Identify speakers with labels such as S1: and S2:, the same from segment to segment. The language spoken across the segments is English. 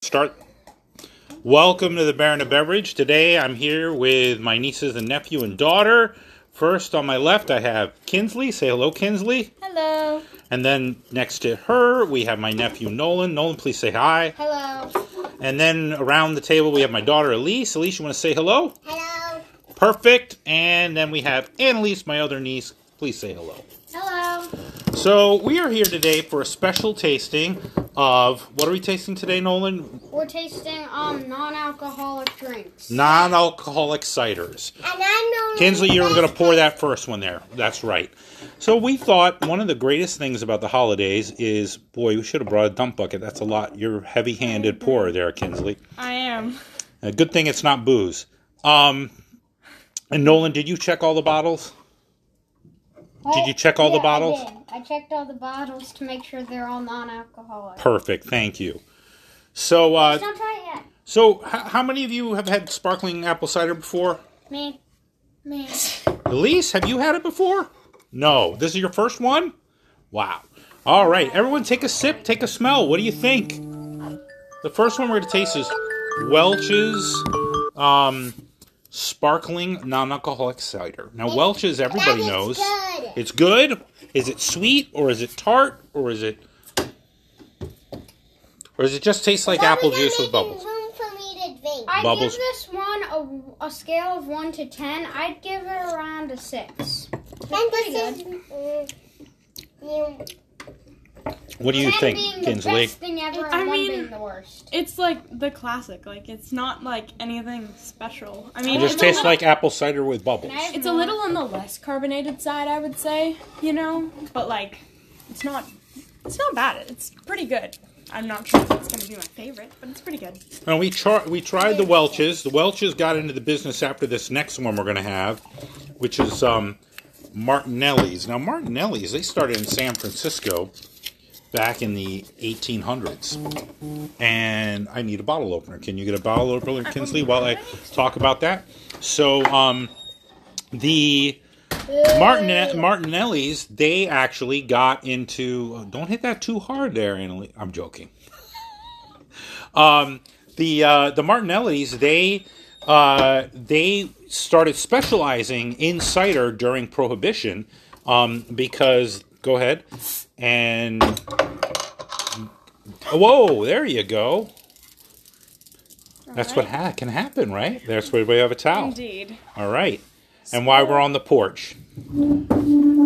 S1: start. Welcome to the Baron of Beverage. Today I'm here with my nieces and nephew and daughter. First on my left, I have Kinsley. Say hello, Kinsley.
S2: Hello.
S1: And then next to her, we have my nephew Nolan. Nolan, please say hi.
S2: Hello.
S1: And then around the table, we have my daughter Elise. Elise, you want to say hello?
S2: Hello.
S1: Perfect. And then we have Annalise, my other niece. Please say hello.
S2: Hello.
S1: So we are here today for a special tasting of what are we tasting today, Nolan?
S2: We're tasting um non-alcoholic drinks.
S1: Non-alcoholic ciders.
S2: And I know.
S1: Kinsley, you were going to pour that first one there. That's right. So we thought one of the greatest things about the holidays is, boy, we should have brought a dump bucket. That's a lot. You're a heavy-handed pourer there, Kinsley.
S3: I am.
S1: A good thing it's not booze. Um, and Nolan, did you check all the bottles? Did you check all the bottles?
S2: I, did. I checked all the bottles to make sure they're all non-alcoholic.
S1: Perfect. Thank you. So, uh,
S2: Don't try it yet.
S1: so h- how many of you have had sparkling apple cider before?
S2: Me. Me.
S1: Elise, have you had it before? No. This is your first one? Wow. All right. Everyone take a sip, take a smell. What do you think? The first one we're going to taste is Welch's um, sparkling non alcoholic cider. Now, Welch's, everybody knows. It's good. Is it sweet or is it tart or is it. Or does it just taste like apple juice with bubbles?
S2: I
S1: Bubbles.
S2: give this one a, a scale of one to ten. I'd give it around a six.
S4: And
S2: pretty
S4: this is mm, you-
S1: What do you
S2: Ten
S1: think,
S2: being the
S1: Kinsley?
S2: best thing ever,
S3: I
S2: and one
S3: mean-
S2: being the worst.
S3: It's like the classic. Like it's not like anything special. I mean,
S1: It just
S3: it's a
S1: tastes
S3: little-
S1: like apple cider with bubbles.
S3: It's a little on the less carbonated side, I would say. You know, but like, it's not. It's not bad. It's pretty good. I'm not sure if it's gonna be my favorite, but it's pretty good.
S1: And we char- we tried the Welches. The Welches got into the business after this next one we're going to have, which is um, Martinelli's. Now Martinelli's they started in San Francisco back in the 1800s. And I need a bottle opener. Can you get a bottle opener, Kinsley, while I talk about that? So um, the Martin- Martinelli's they actually got into. Don't hit that too hard there, Annalie. I'm joking the uh, the Martinellis they uh, they started specializing in cider during Prohibition um, because go ahead and whoa there you go. That's what ha- can happen, right? That's where we have a towel.
S3: Indeed.
S1: All right, and why we're on the porch.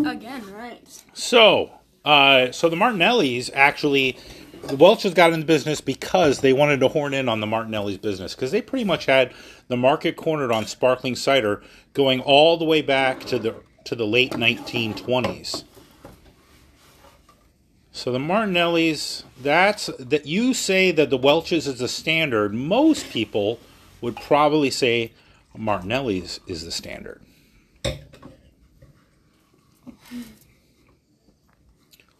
S3: Again, right?
S1: So, uh, so the Martinellis actually, the Welch's got in the business because they wanted to horn in on the Martinelli's business because they pretty much had the market cornered on sparkling cider going all the way back to the to the late 1920s. So the Martinellis, that's that you say that the Welch's is the standard. Most people would probably say Martinelli's is the standard.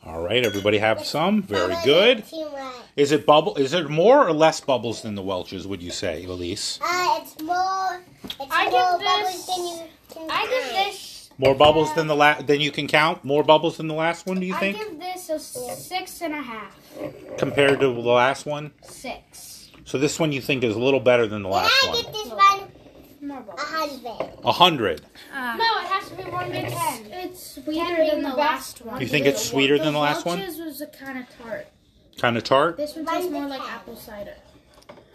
S1: All right, everybody have some. Very good.
S4: Team Red.
S1: Is it bubble? Is it more or less bubbles than the Welch's? Would you say, Elise?
S4: Uh, it's more. It's
S2: I give
S4: more
S2: this-
S4: bubbles than you can
S2: I give
S4: count.
S2: this.
S1: More bubbles than the la- than you can count. More bubbles than the last one. Do you
S2: I
S1: think
S2: give this a six and a half.
S1: compared to the last one?
S2: Six.
S1: So this one you think is a little better than the
S4: Can
S1: last
S4: I
S1: one.
S4: give this one
S2: More
S4: a
S2: bubbles.
S4: hundred?
S1: A hundred.
S2: no, it has to be one to ten. It's sweeter than the last one.
S1: You think it's sweeter than the last one?
S5: This was a kind of tart.
S1: Kind of tart.
S5: This one tastes more like apple cider.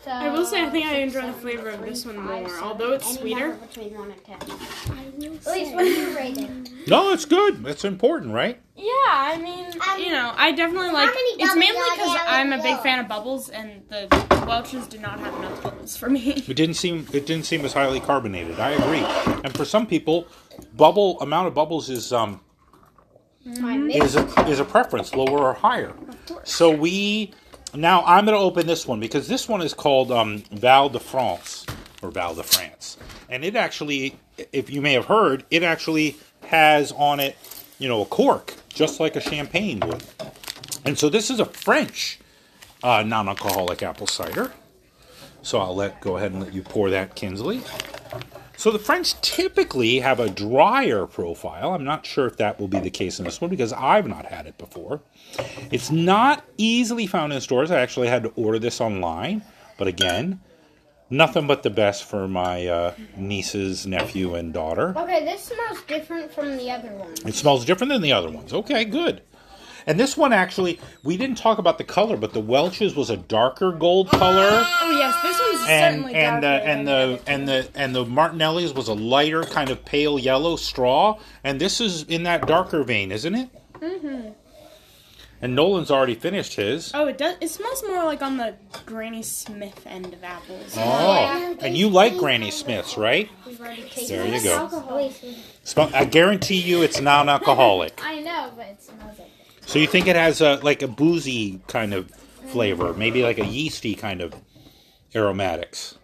S2: So,
S3: I will say, I think I enjoy the flavor of this one more, although it's
S2: any
S3: sweeter.
S2: number Between one and ten. At least what do you rate it?
S1: No, it's good. It's important, right?
S3: Yeah, I mean, Um, you know, I definitely like.
S4: many
S3: It's
S4: bubbles
S3: mainly
S4: are
S3: because
S4: there
S3: I'm a
S4: with
S3: big
S4: you?
S3: fan of bubbles, and the Welch's did not have enough bubbles for me.
S1: It didn't seem it didn't seem as highly carbonated. I agree. And for some people, bubble amount of bubbles is um is a, is a preference, lower or higher. So we now I'm going to open this one because this one is called um, Val de France or Val de France, and it actually, if you may have heard, it actually has on it, you know, a cork just like a champagne would. And so this is a French uh, non-alcoholic apple cider. So I'll let go ahead and let you pour that, Kinsley. So the French typically have a drier profile. I'm not sure if that will be the case in this one because I've not had it before. It's not easily found in stores. I actually had to order this online But again, nothing but the best for my uh, nieces, nephew, and daughter.
S2: Okay, this smells different from the other one.
S1: It smells different than the other ones. Okay, good. And this one actually, we didn't talk about the color, but the Welch's was a darker gold color,
S3: Oh yes, this one's
S1: and
S3: certainly
S1: and the
S3: darker
S1: and
S3: than
S1: the and the and the Martinelli's was a lighter kind of pale yellow straw, and this is in that darker vein, isn't it? Mm-hmm. And Nolan's already finished his.
S3: Oh, it does. It smells more like on the Granny Smith end of apples.
S1: Oh, and you like Granny Smith's, right?
S2: We've already tasted
S1: There
S2: it.
S1: you go.
S2: Alcohol.
S1: Smell- I guarantee you, it's non-alcoholic.
S2: I know, but it smells like
S1: So you think it has a like a boozy kind of flavor, maybe like a yeasty kind of aromatics.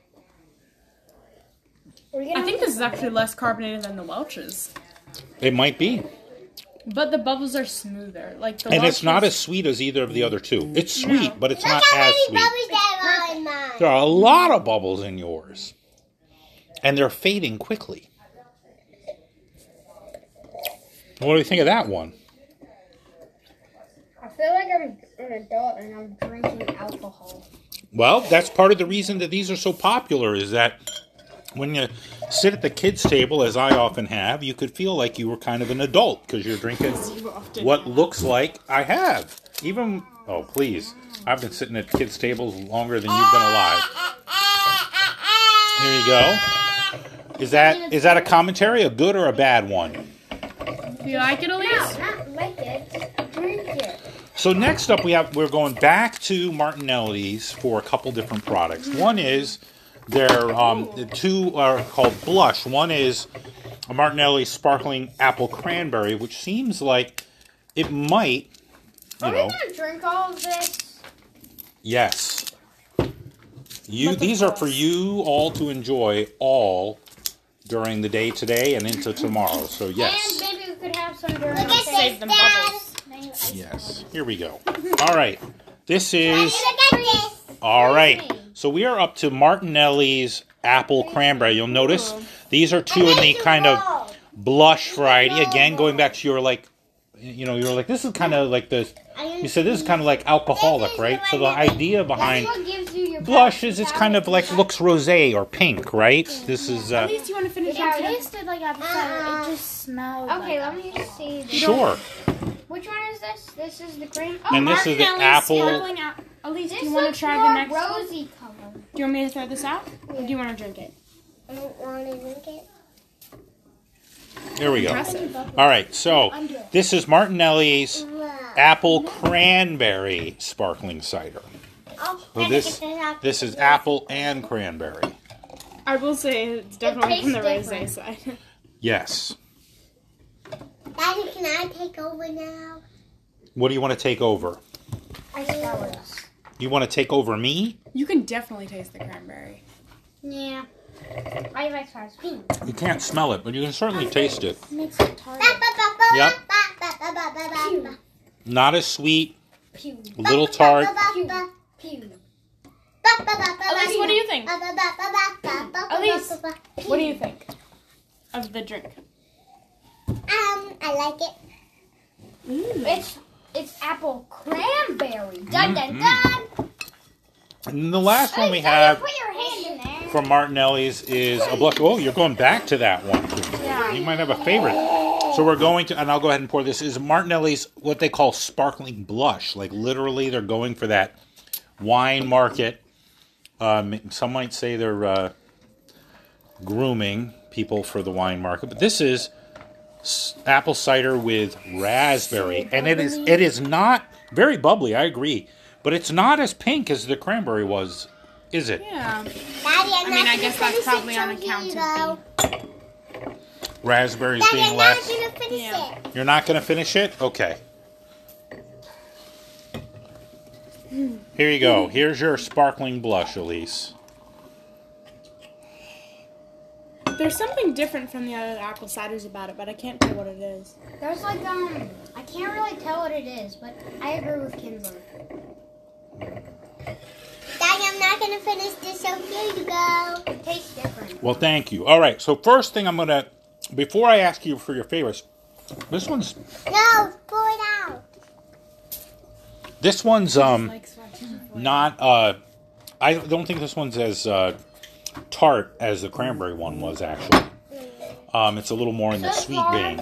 S3: I think this is actually less carbonated than the Welch's,
S1: It might be.
S3: but the bubbles are smoother. Like the
S1: And it's not as
S3: Welch's-
S1: sweet as either of the other two. It's sweet, but it's
S4: Look
S1: not
S4: how
S1: as
S4: many
S1: sweet.
S4: bubbles there are in mine.
S1: There are a lot of bubbles in yours. And they're fading quickly. What do you think of that one?
S2: I feel like I'm an adult and I'm drinking alcohol.
S1: Well, that's part of the reason that these are so popular is that when you sit at the kids' table, as I often have, you could feel like you were kind of an adult because you're drinking what looks like I have. Even, oh, please. I've been sitting at kids' tables longer than you've been alive. Here you go. Is that is that a commentary, a good or a bad one?
S3: Do you like it, Elise?
S2: Not like it. Drink it.
S1: So next up, we have we're going back to Martinelli's for a couple different products. One is their um, the two are called blush. One is a Martinelli sparkling apple cranberry, which seems like it might, you
S2: Are
S1: know,
S2: we gonna drink all of this?
S1: yes. You these are for you all to enjoy all during the day today and into tomorrow. So yes.
S2: And maybe we could have some during
S4: Look
S2: the day.
S4: at
S3: Save
S4: this,
S3: them
S4: Dad.
S3: bubbles.
S1: Yes. Here we go. All right. This is
S4: Look at this.
S1: all right. So we are up to Martinelli's apple cranberry. You'll notice these are two in the kind of blush variety. Again, going back to your like, you know, you were like this is kind of like this. You said this is kind of like alcoholic, right? So the idea
S2: That's
S1: behind
S2: what gives you your
S1: blush is it's kind of like looks rosé or pink, right? This is uh,
S3: Elise, you want to finish
S2: Yeah,
S3: it?
S2: it
S3: too?
S5: tasted like apple cider.
S4: Uh,
S5: It just smelled.
S2: Okay, let me see. this.
S1: sure.
S2: Which one is this? This is the green. Oh,
S1: And this is the
S3: Martinelli's
S1: apple.
S3: sparkling app- Elise,
S2: this
S3: do you want
S2: looks
S3: to try
S2: more
S3: the next one? Do
S2: rosy color.
S3: you want me to throw this out? Or do you want to drink it?
S4: I don't want to drink it.
S1: There we go. All right. So this is Martinelli's
S4: Wow.
S1: apple cranberry sparkling cider.
S4: Oh,
S1: So
S4: I
S1: this
S4: think it's enough.
S1: this is apple and cranberry.
S3: I will say it's definitely from the
S2: tastes
S3: rosé side.
S1: Yes.
S4: Daddy, can I take over now?
S1: What do you want to take over?
S4: I smell it.
S1: You want to take over me?
S3: You can definitely taste the cranberry.
S2: Yeah. I like size green.
S1: You can't smell it, but you can certainly taste it.
S5: Makes it tart.
S1: Yep. Not as sweet, a little tart.
S2: Pew.
S3: Elise, what do you think?
S4: Elise,
S3: What do you think of the drink?
S4: Um, I like it.
S2: It's it's apple cranberry.
S1: Mm-hmm. Mm.
S2: Dun dun dun.
S1: And the last one we
S2: Hey,
S1: have
S2: Put your hand in there.
S1: from Martinelli's is a blush. Oh, you're going back to that one. You might have a favorite. So we're going to, and I'll go ahead and pour this. Is Martinelli's what they call sparkling blush? Like literally, they're going for that wine market. Um, some might say they're uh, grooming people for the wine market, but this is s- apple cider with raspberry, and it is it is not very bubbly. I agree, but it's not as pink as the cranberry was, is it?
S3: Yeah.
S4: Daddy, I'm
S3: I
S4: not
S3: mean, I
S4: gonna
S3: guess that's
S4: finish
S3: probably
S4: it
S3: on
S4: till
S3: account
S4: you,
S3: of
S4: though.
S1: Raspberries
S4: Daddy,
S1: being
S4: I'm not
S1: less.
S4: gonna finish
S3: Yeah.
S4: it.
S1: You're not gonna finish it? Okay. Here you go. Here's your sparkling blush, Elise.
S3: There's something different from the other apple ciders about it, but I can't tell what it is.
S2: There's like um I can't really tell what it is, but I agree with Kimber.
S4: Daddy, I'm not gonna finish this, so here you go.
S2: It tastes different.
S1: Well, thank you. All right. So first thing I'm gonna, before I ask you for your favorites, this one's
S4: No, pour it out.
S1: this one's um
S3: Like,
S1: not uh I don't think this one's as uh, tart as the cranberry one was actually. Um, it's a little more in the sweet vein.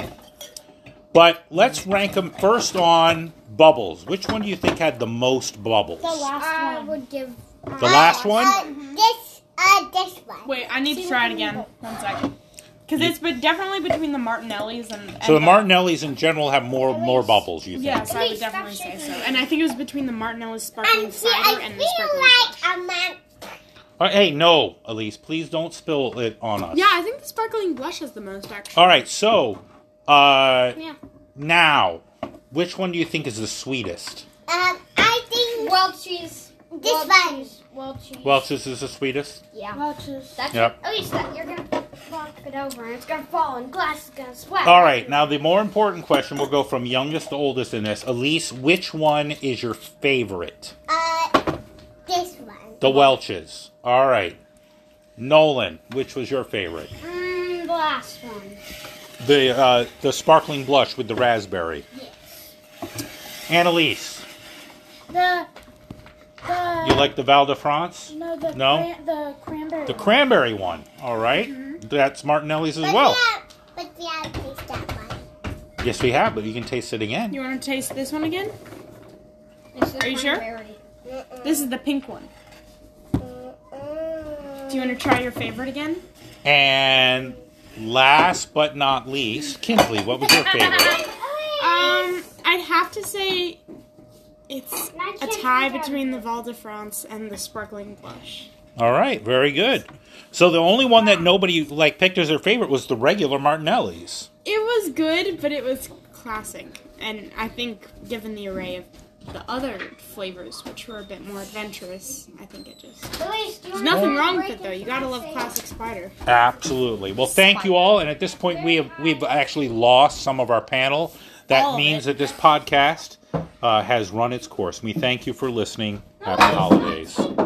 S1: But let's rank them first on bubbles. Which one do you think had the most bubbles?
S5: The last
S2: I
S5: one.
S2: would give.
S1: The last one?
S4: Uh, this, uh, this one.
S3: Wait, I need to try it again. One second. Because it's be- definitely between the Martinellis and. and
S1: So the Martinellis in general have more more bubbles. You think?
S3: Yes, I would
S2: Please stop
S3: definitely say so.
S2: shaking.
S3: And I think it was between the Martinellis sparkling
S4: And see,
S3: cider
S4: I
S3: and the sparkling.
S4: feel like a man.
S1: Uh, hey, no, Elise, please don't spill it on us.
S3: Yeah, I think the sparkling blush has the most actually.
S1: All right. So, uh,
S3: Yeah.
S1: now, which one do you think is the sweetest?
S4: Um, I think
S2: World cheese.
S4: this
S2: World
S4: one.
S2: cheese. World cheese.
S1: Welch's is the sweetest.
S2: yeah. That's
S1: Yep.
S2: At least that you're gonna knock it over and it's gonna fall and glass is gonna splash.
S1: All right. Now, the more important question will go from youngest to oldest in this. Elise, which one is your favorite?
S4: Uh, this one.
S1: The Welch's. All right. Nolan, which was your favorite?
S2: Mm, the last one.
S1: The uh, the sparkling blush with the raspberry. Annalise,
S5: The the
S1: you like the Val de France?
S5: no the
S1: No?
S5: Cran- the cranberry.
S1: The
S5: one.
S1: cranberry one. All right. That's Martinelli's as
S4: But
S1: well.
S4: we have, but we have taste that one.
S1: Yes, we have, but you can taste it again.
S3: You want to taste this one again?
S2: This is
S3: Are you sure?
S2: cranberry.
S3: This is the pink one.
S4: Uh,
S3: Do you want to try your favorite again?
S1: And last but not least, Kinsley, what was your favorite?
S3: Um, I'd have to say it's
S2: I
S3: a
S2: can't
S3: tie
S2: figure out
S3: between the Val de France and the sparkling blush.
S1: All right, very good. So the only one that nobody like picked as their favorite was the regular Martinelli's.
S3: It was good, but it was classic. And I think, given the array of the other flavors, which were a bit more adventurous, I think it just.
S2: At least you
S3: There's
S2: wanna
S3: nothing wrong with
S2: break
S3: it, though. You
S2: into
S3: gotta
S2: the
S3: love
S2: same-
S3: classic spider.
S1: Absolutely. Well, thank you all. And at this point, we have we've actually lost some of our panel.
S3: All
S1: That
S3: of
S1: means
S3: it.
S1: that this podcast uh, has run its course. We thank you for listening. Happy holidays.